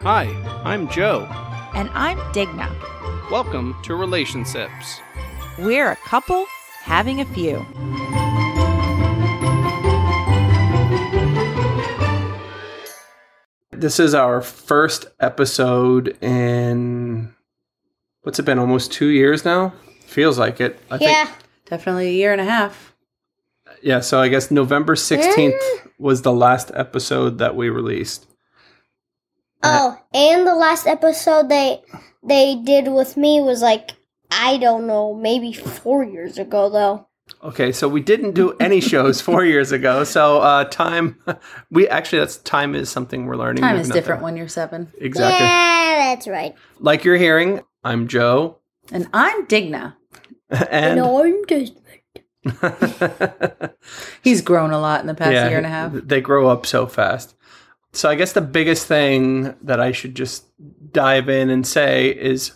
Hi, I'm Joe. And I'm Digna. Welcome to Relationships. We're a couple having a few. This is our first episode in what's it been? Almost two years now. Feels like it. I Yeah. Definitely a year and a half. Think, yeah. So I guess November sixteenth Mm. was the last episode that we released. Oh, and the last episode they they did with me was like I don't know, maybe four years ago though. Okay, so we didn't do any shows four years ago. So uh, time, we actually that's time is something we're learning. Time There's is nothing- different when you're seven. Exactly. Yeah, that's right. Like you're hearing, I'm Joe, And I'm Digna. and no, I'm just He's grown a lot in the past year and a half. They grow up so fast. So I guess the biggest thing that I should just dive in and say is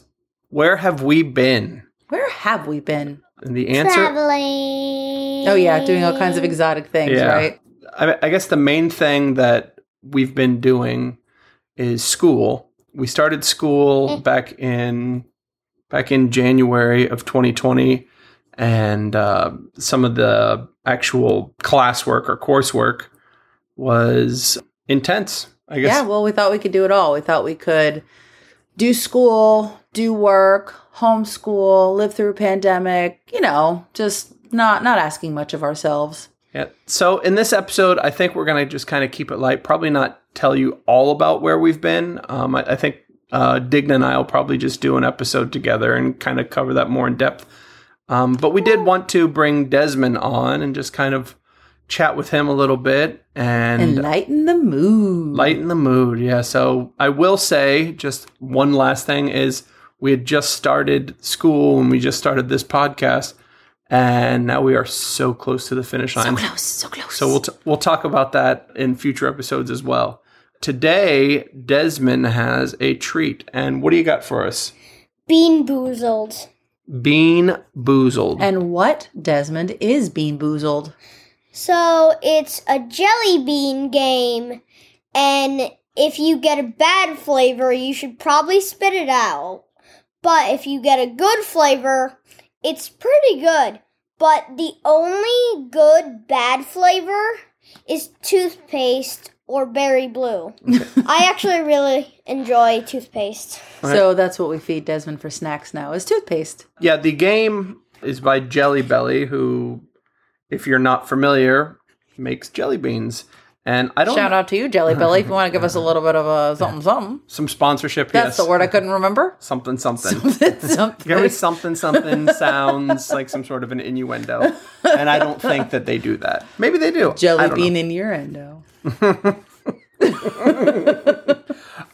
where have we been? Where have we been? And the answer traveling. Oh, yeah, doing all kinds of exotic things, Yeah. right? I, I guess the main thing that we've been doing is school. We started school back in back in January of 2020 and uh, some of the actual classwork or coursework was intense. I guess Yeah, well, we thought we could do it all. We thought we could do school, do work, homeschool, live through a pandemic, you know, just not not asking much of ourselves. Yeah. So in this episode, I think we're going to just kind of keep it light. Probably not tell you all about where we've been. Um, I, I think uh, Digna and I will probably just do an episode together and kind of cover that more in depth. Um, but we did want to bring Desmond on and just kind of chat with him a little bit and Enlighten the mood. lighten the mood. Yeah. So I will say just one last thing is we had just started school and we just started this podcast. And now we are so close to the finish line. close, so close. So we'll t- we'll talk about that in future episodes as well. Today, Desmond has a treat, and what do you got for us? bean boozled. Bean boozled. and what, Desmond, is bean boozled? So it's a jelly bean game, and if you get a bad flavor, you should probably spit it out. But if you get a good flavor, it's pretty good. But the only good bad flavor is toothpaste or berry blue. I actually really enjoy toothpaste. So that's what we feed Desmond for snacks now is toothpaste. yeah, the game is by Jelly Belly, who, if you're not familiar, makes jelly beans. And I don't Shout out to you, Jelly Belly, if you want to give us a little bit of a something something. some sponsorship. yes, That's the word I couldn't remember. something something. Something. There was something something sounds like some sort of an innuendo, and I don't think that they do that. Maybe they do. I Jelly don't know. bean in your endo.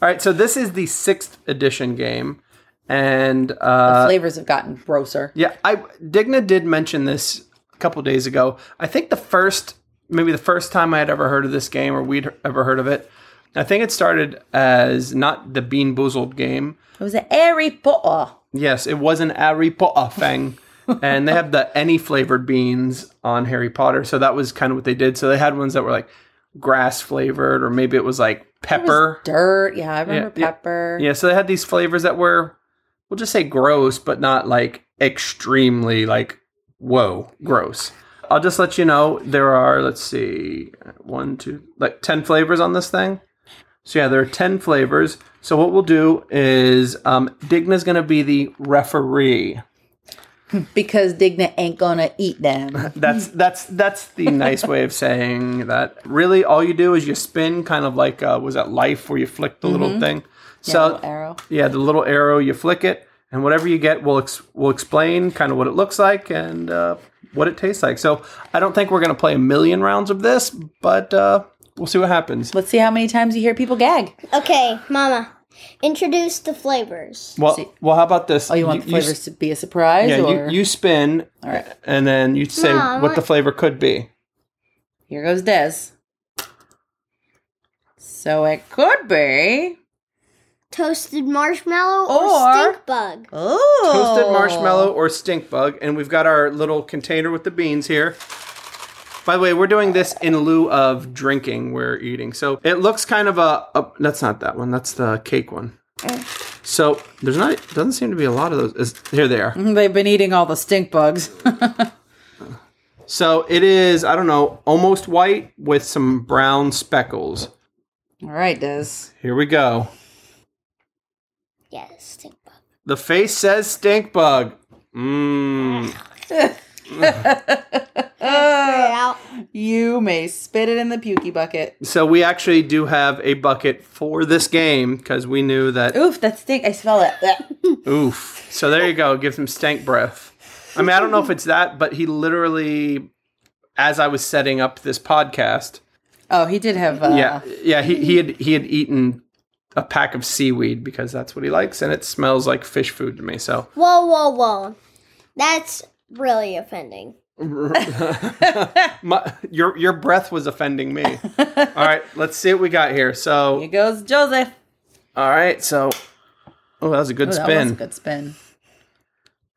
All right, so this is the sixth edition game, and uh, Flavors have gotten grosser. yeah, I Digna did mention this a couple days ago. I think the first, maybe the first time I had ever heard of this game or we'd ever heard of it. I think it started as not the Bean Boozled game. It was an airy Potter. Yes, it was an Harry Potter thing, and they have the any flavored beans on Harry Potter. So that was kind of what they did. So they had ones that were like grass flavored, or maybe it was like pepper. Dirt. Yeah, I remember Yeah, yeah, pepper. Yeah, so they had these flavors that were, we'll just say gross, but not like extremely like, whoa, gross. I'll just let you know there are, let's see, one, two, like 10 flavors on this thing. So yeah, there are 10 flavors. So what we'll do is um, Digna's going to be the referee. Because Digna ain't gonna eat them. That's that's that's the nice way of saying that. Really, all you do is you spin, kind of like uh, was that life where you flick the little thing. So Mm-hmm. Little arrow. Yeah, the little arrow, you flick it, and whatever you get, we'll, ex- we'll explain kind of what it looks like and uh, what it tastes like. So I don't think we're going to play a million rounds of this, but uh, we'll see what happens. Let's see how many times you hear people gag. Okay, Mama, introduce the flavors. Well, See. well, how about this? Oh, you want the s- flavors to be a surprise? yeah, or you, you spin, and then you say Mom, what the I- flavor could be. here goes Des. So it could be. Toasted marshmallow Or- or stink bug. Oh Toasted marshmallow or stink bug, and we've got our little container with the beans here. By the way, we're doing this in lieu of drinking. We're eating, so it looks kind of a. a that's not that one. That's the cake one. So there's not doesn't seem to be a lot of those. Is, here they are. They've been eating all the stink bugs. So it is I don't know almost white with some brown speckles. all right, Des. Here we go. Yes, stink bug. The face says stink bug. Mmm. Spit Uh, it out. You may spit it in the pukey bucket. So we actually do have a bucket for this game because we knew that. Oof, that stink. I smell it. Oof. So there you go. Gives him stank breath. I mean, I don't know if it's that, but he literally, as I was setting up this podcast, oh, he did have. Uh, yeah, yeah, he, he had he had eaten a pack of seaweed because that's what he likes, and it smells like fish food to me. So Whoa, whoa, whoa. That's really offending. My, your your breath was offending me. all right, let's see what we got here. Here So, goes Joseph. all right, so oh, that was a good Ooh, that was spin. a good spin.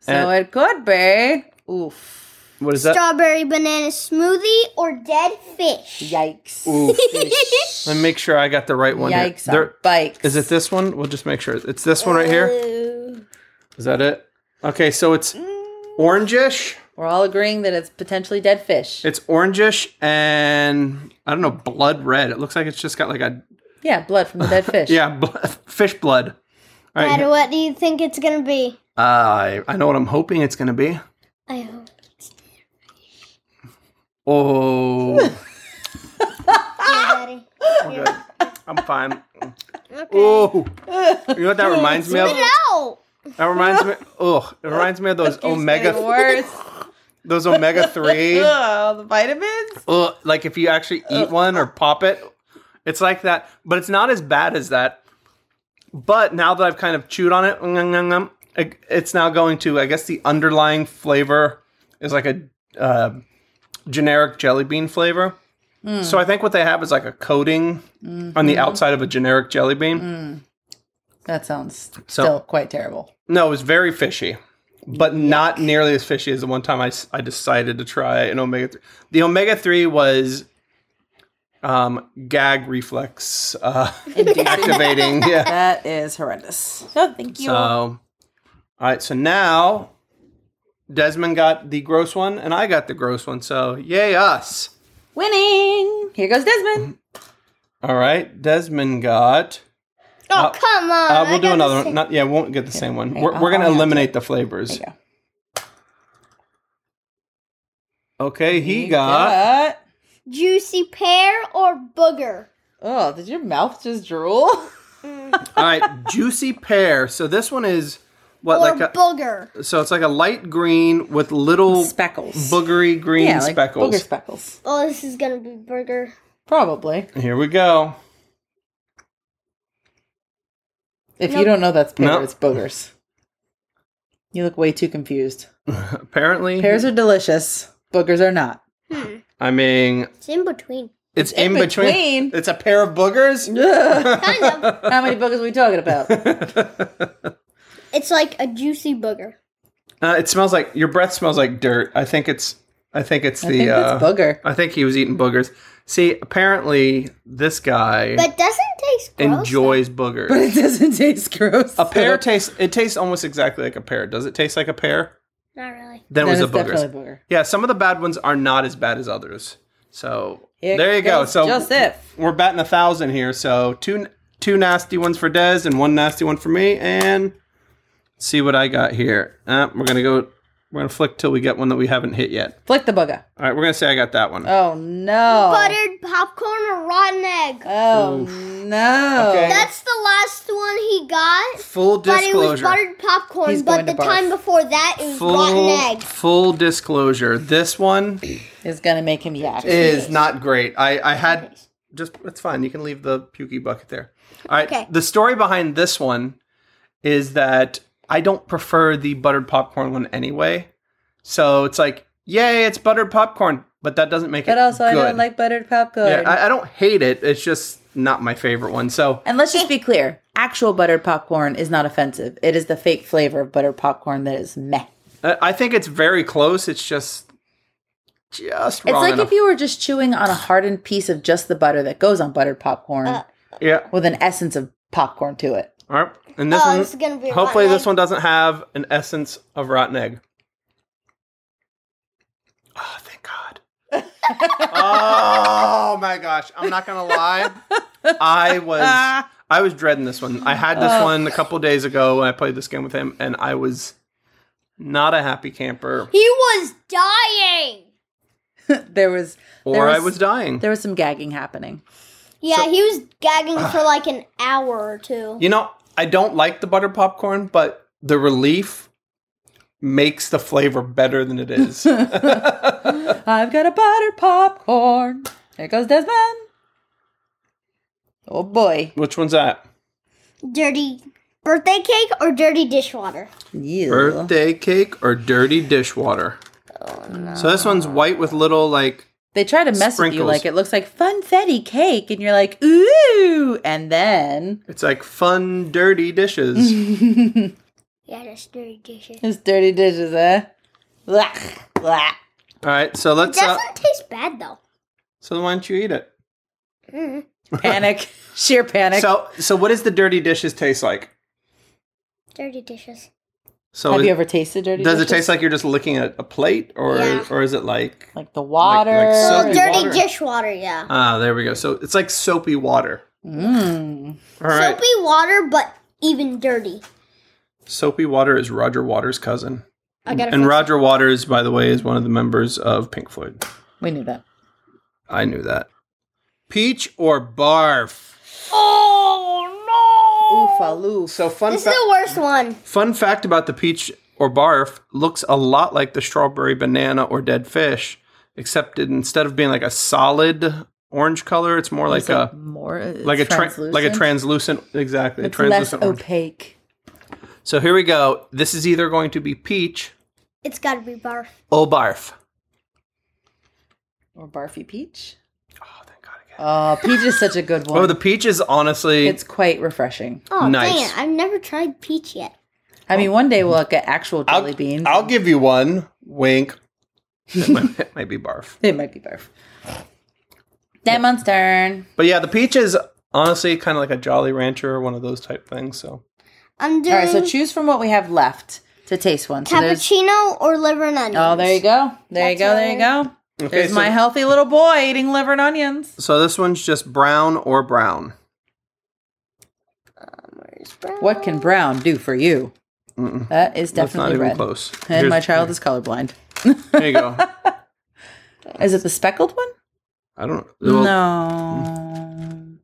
So And- it could be. Oof. What is that? Strawberry banana smoothie or dead fish? Yikes. Ooh. Let me make sure I got the right one. here. Yikes. There- On bikes. is it this one? We'll just make sure it's this one right here. Ooh. Is that it? Okay, so it's orangish. We're all agreeing that it's potentially dead fish. It's orangish and I don't know, blood red. It looks like it's just got like a yeah, blood from the dead fish. yeah, bl- fish blood. All right, Matter here- what do you think it's gonna be? I I know what I'm hoping it's gonna be. I hope. Oh. Ah! Daddy. I'm good. I'm fine. Oh, you know what that reminds me of? Spit it out. Oh, That reminds me. Oh, it reminds me of those It's omega, worse. those omega three. Oh, the vitamins. Oh, like if you actually eat one or pop it, it's like that. But it's not as bad as that. But now that I've kind of chewed on it, mm, mm, mm, mm, it's now going to. I guess the underlying flavor is like a uh, generic jelly bean flavor. So I think what they have is like a coating on the outside of a generic jelly bean. That sounds So- still quite terrible. No, it was very fishy, but not nearly as fishy as the one time I, s- I decided to try an omega three. The omega three was um, gag reflex uh, activating. Yeah. That is horrendous. Oh, thank you. So, all right. So now Desmond got the gross one, and I got the gross one. So yay us! Winning. Here goes Desmond. All right, Desmond got. Oh Uh, come on. Uh, I we'll do got another this- one. Not, yeah, we won't get the same one. Hey, We're, I'll- we're going to I'll have eliminate the flavors. There you Okay, he You got. Juicy pear or booger? Oh, did your mouth just drool? All right, juicy pear. So this one is what Oh, or like a booger? so it's like a light green with little Speckles. boogery green yeah, like speckles. Booger speckles. Oh, this is gonna be burger. Probably. Here we go. If you don't know that's pear, Nope. it's boogers. You look way too confused. Apparently, Pears are delicious. Boogers are not. I mean, It's in between. it's in, in between. between. It's a pair of boogers. How Kind of. many boogers are we talking about? It's like a juicy booger. Uh, it smells like your breath smells like dirt. I think it's. I think it's the. I think uh, that's booger. I think he was eating boogers. See, apparently this guy But doesn't taste gross. enjoys But boogers. it doesn't taste gross. A pear tastes. It tastes almost exactly like a pear. Does it taste like a pear? Not really. Then it was a boogers. definitely booger. Yeah, some of the bad ones are not as bad as others. So Here there you go. goes So Joseph. we're batting a thousand here. So two two nasty ones for Dez and one nasty one for me. And let's see what I got here. Uh, we're gonna go. We're gonna flick till we get one that we haven't hit yet. Flick the booger. All right, we're gonna say I got that one. Oh no. Buttered popcorn or rotten egg? Oh no. Okay. That's the last one he got. Full But it was disclosure. buttered popcorn. He's but going to the time barf. before that, it was rotten Full, egg. full disclosure. This one It's gonna make him yak. is not great. I, I had just it's fine. You can leave the pukey bucket there. All right. Okay. The story behind this one is that I don't prefer the buttered popcorn one anyway. So it's like, yay, it's buttered popcorn, but that doesn't make it. But also, I good. don't like buttered popcorn. Yeah, I, I don't hate it. It's just not my favorite one. So and let's just be clear: actual buttered popcorn is not offensive. It is the fake uh, flavor of buttered popcorn that is meh. I I think it's very close. It's just just It's wrong like enough. if you were just chewing on a hardened piece of just the butter that goes on buttered popcorn Uh, yeah. with an essence of popcorn to it. All right. And this oh, one. it's gonna be. Hopefully, rotten this one doesn't have an essence of rotten egg. Oh, thank God. oh my gosh! I'm not gonna lie. I was I was dreading this one. I had Oh. this one a couple days ago when I played this game with him, and I was not a happy camper, egg. He was dying. there was or There I was- was dying. there was some gagging happening. Yeah, he was gagging for like an hour or two. You know, I don't like the butter popcorn, but the relief makes the flavor better than it is. I've got a buttered popcorn. Here goes Desmond. Oh boy. Which one's that? Dirty birthday cake or dirty dishwater? Yeah. birthday cake or dirty dishwater. Oh, So this one's white with little like They try to mess with you Sprinkles. like it looks like funfetti cake, and you're like, ooh, and then it's like fun dirty dishes. Yeah, that's dirty dishes. it's dirty dishes, eh? Blah, blah. All right, so It let's. Uh, doesn't taste bad though. so why don't you eat it? Mm. Panic, sheer panic. So so what does the dirty dishes taste like? Dirty dishes. So Have is- you ever tasted dirty? does it dishes? taste like you're just licking a, a plate, or Yeah. or is it like like the water? like Well, Soapy dirty Uh, water. dishwater, yeah. ah there we go? So it's like soapy water. Mm. All right, soapy, Soapy water, but even dirty. water is Roger Waters' cousin, I gotta. and fix- Roger Waters, by the way, is one of the members of Pink Floyd. We knew that. I knew that. Peach or barf? Oofa loof. So fun. this fa- is the worst one. Fun fact about the peach or barf looks a lot like the strawberry banana or dead fish, except it, instead of being like a solid orange color, it's more like It's like a more it's like a tra- translucent. like a translucent exactly a It's less translucent orange. opaque. So here we go. This is either going to be peach It's gotta be barf. or barf. Or barfy peach. Oh, thank God again. Oh, peach is such a good one. Oh, the peach is honestly it's quite refreshing. Oh Nice. dang it! I've never tried peach yet. I mean, one day we'll get actual Oh. I'll, jelly beans. I'll give you one wink. it, might, it might be barf, It might be barf. Demon's turn. but yeah, the peach is honestly kind of like a Jolly Rancher, one of those type things. So I'm doing All right, so choose from what we have left to taste one. So there's- cappuccino or liver and onions. oh, there you go. There you That's go. what There you go. okay, There's so- my healthy little boy eating liver and onions. So this one's just brown or brown. What can brown do for you? Mm-mm. That is That's not definitely even red. close. And Here's- my child is colorblind. There you go. Is it the speckled one? I don't. Well, no.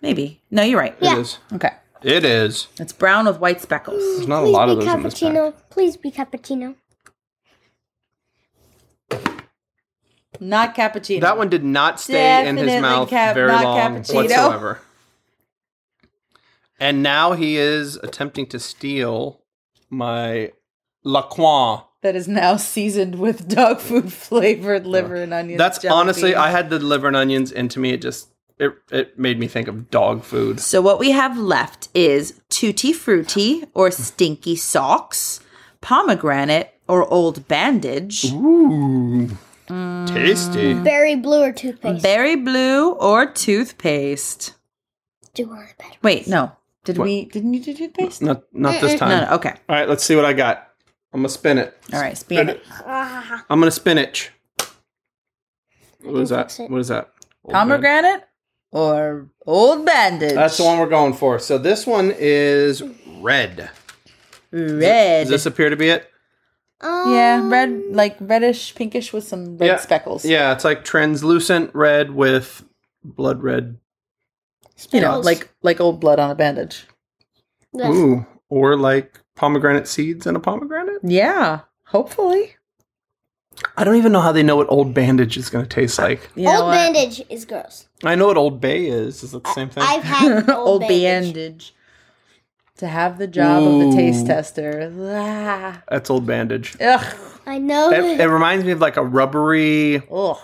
Maybe. No, you're right. It Yeah. is. Okay. It is. It's brown with white speckles. There's not Please a lot be of those in this pack. cappuccino. Please be cappuccino. Not cappuccino. That one did not stay in Definitely his mouth cap- very not long cappuccino. whatsoever. And now he is attempting to steal my Laquan. that is now seasoned with dog food flavored liver and onions. That's jelly honestly, beans. I had the liver and onions, and to me, it just it it made me think of dog food. So what we have left is tutti frutti or stinky socks, pomegranate or old bandage, Ooh, Mm. tasty. Berry blue or toothpaste. berry blue or toothpaste. Mm. Do one of the better. Wait, no. Did What? Uh, we didn't you do toothpaste? Not not this time. No, no, okay. All right, let's see what I got. I'm gonna spin it. All right, spin it. Ah, I'm gonna spinach. What is that? fix it. What is that? Old Bay. Pomegranate or old bandage. That's the one we're going for. So this one is red. Red. Does this appear to be it? um, yeah, red like reddish pinkish with some red Yeah. speckles. Yeah, it's like translucent red with blood red. You know, Speckles. like like old blood on a bandage. Yes. Ooh, or like pomegranate seeds in a pomegranate. Yeah, hopefully. I don't even know how they know what old bandage is going to taste like. You know old what? bandage is gross. I know what old bay is. Is it the same thing? I've had old, old bandage. bandage to have the job of the taste Ooh. tester. Ah. That's old bandage. Ugh. I know. It, it reminds me of like a rubbery, Ugh.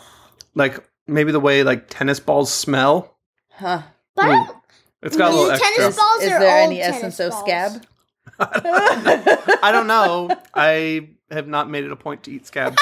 like maybe the way like tennis balls smell. Huh. but I don't It's got a little Tennis extra. Those balls is are there old any essence tennis of scab? I don't know. I have not made it a point to eat scab.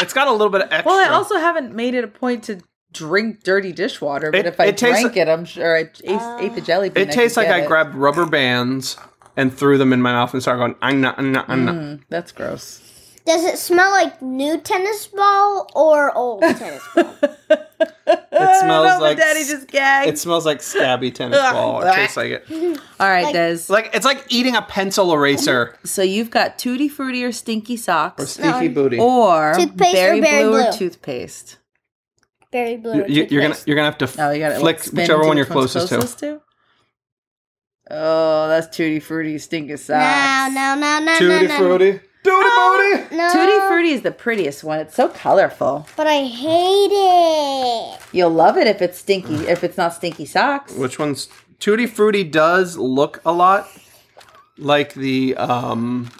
It's got a little bit of extra. Well, I also haven't made it a point to drink dirty dishwater, but It- if I it tastes- drank it, I'm sure I ate, ate the jelly bean. it tastes could like get I it. grabbed rubber bands and threw them in my mouth and started going, I'm not, I'm not, I'm not. Mm, that's gross. Does it smell like new tennis ball or old tennis ball? It smells Oh, my like daddy s- just gagged. It smells like scabby tennis ball. It tastes like it. All right, Des. Like it's like eating a pencil eraser So you've got tutti frutti or stinky or socks, stinky booty. or Toothpaste or berry, berry blue, or blue. toothpaste. Berry you, blue. you- you're gonna you're gonna have to Oh, you got to flick whichever one you're closest, to. Oh, that's tutti frutti, stinky No, socks. no, no, no, Tutti no, no. frutti, tutti frutti. No, Tutti frutti is the prettiest one. It's so colorful. but I hate it. You'll love it if it's stinky. If it's not stinky socks, Which one's tutti frutti does look a lot like the um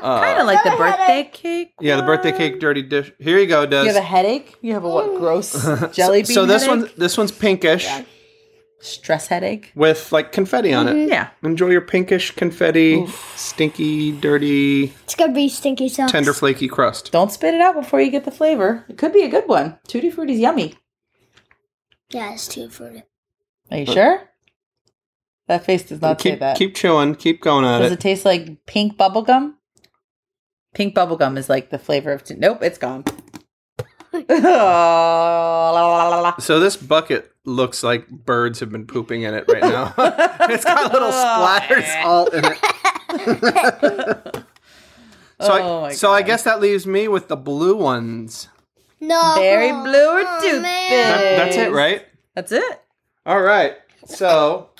kind of like the birthday cake. yeah the birthday cake dirty dish. Here you go, does. You have a headache. You have a what? Gross jelly bean. so this headache? one this one's pinkish stress headache. with like confetti on it. Yeah. Enjoy your pinkish confetti, stinky, dirty, It's gonna be stinky socks. tender, flaky crust. Don't spit it out before you get the flavor. It could be a good one. Tutti Frutti's yummy. Yeah, it's tutti frutti. Are you sure? That face does not say keep that. keep chewing, keep going at Does it. it taste like pink bubble gum? Pink bubble gum is like the flavor of. T- nope, it's gone. oh, la, la, la, la. So this bucket looks like birds have been pooping in it right now. it's got little splatters all in it. so Oh I, my so I guess that leaves me with the blue ones. No. Berry blue or Oh, toothpaste? man. That- that's it, right? That's it. All right. So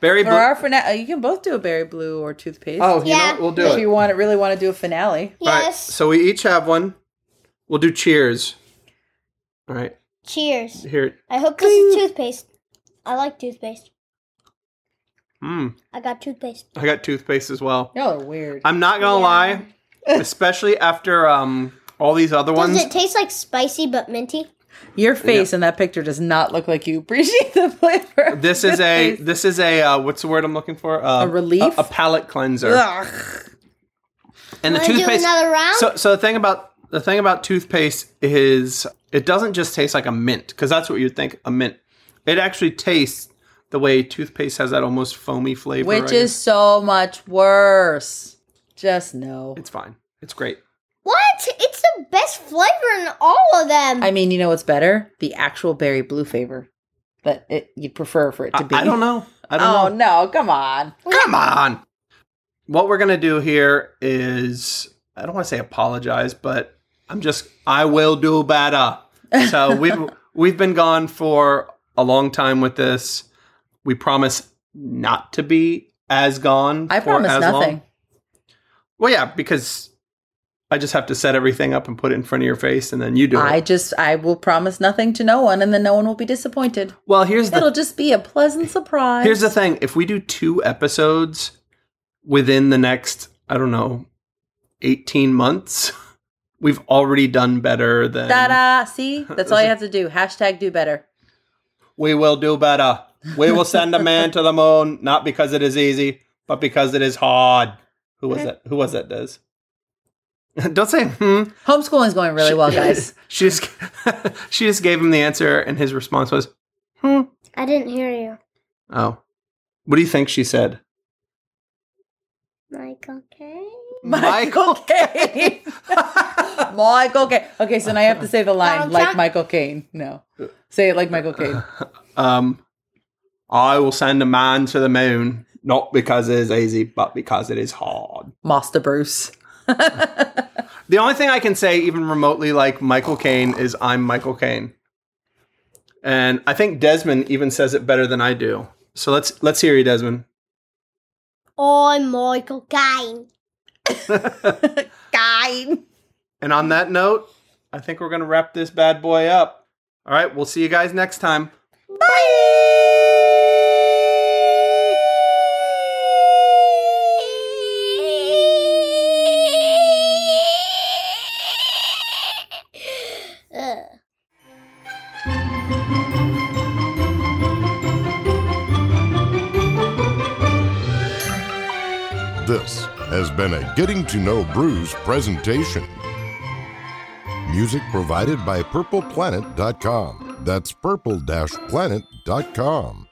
berry Or blue. our finale. You can both do a berry blue or toothpaste. oh, you know Yeah. what? We'll do if it. you want, really want to do a finale. All right, Yes. so we each have one. We'll do cheers. All right. Cheers. Here. I hope this is toothpaste. I like toothpaste. Mm, I got toothpaste. I got toothpaste as well. Y'all are weird. I'm not going to lie, especially after um all these other ones. Does it taste like spicy but minty? Your face in that picture does not look like you appreciate the flavor. This is a this is a uh, what's the word I'm looking for? Uh, A relief? a, palate cleanser, Ugh. and the Wanna do toothpaste. another round? Oh. So, so the thing about the thing about toothpaste is it doesn't just taste like a mint because that's what you'd think a mint. It actually tastes the way toothpaste has that almost foamy flavor, Which I is guess. so much worse. Just no. it's fine. It's great. What? It's the best flavor in all of them. I mean, you know what's better? The actual berry blue flavor. But it, you'd prefer for it to I, be. I don't know. I don't Oh know. no! Come on. Come on. What we're gonna do here is I don't want to say apologize, but I'm just I will do better. So we've we've been gone for a long time with this. We promise not to be as gone. I for promise as long. nothing. Well, yeah, because I just have to set everything up and put it in front of your face, and then you do I it. just I will promise nothing to no one, and then no one will be disappointed. Well, here's the It'll just be a pleasant surprise. Here's the thing: if we do two episodes within the next, I don't know, eighteen months, we've already done better than da da. See, that's all you have to do. Hashtag do better. we will do better. We will send a man to the moon, not because it is easy, but because it is hard. Who was that? Who was that? Does don't say hmm. Homeschooling is going really well, guys. She just she just gave him the answer, and his response was, "Hmm." I didn't hear you. Oh, what do you think she said? Like, okay. Michael Caine. Michael Caine. Okay, so now you have to say the line Donald like Trump? Michael Caine. No, say it like Michael Caine. um, I will send a man to the moon, not because it is easy, but because it is hard. Master Bruce. The only thing I can say, even remotely like Michael Caine, is I'm Michael Caine, and I think Desmond even says it better than I do. So let's let's hear you, Desmond. I'm Michael Caine. Caine. And on that note, I think we're gonna wrap this bad boy up. All right, we'll see you guys next time. Ugh. This has been a Getting to Know Brews presentation. Music provided by PurplePlanet.com. That's Purple-Planet.com.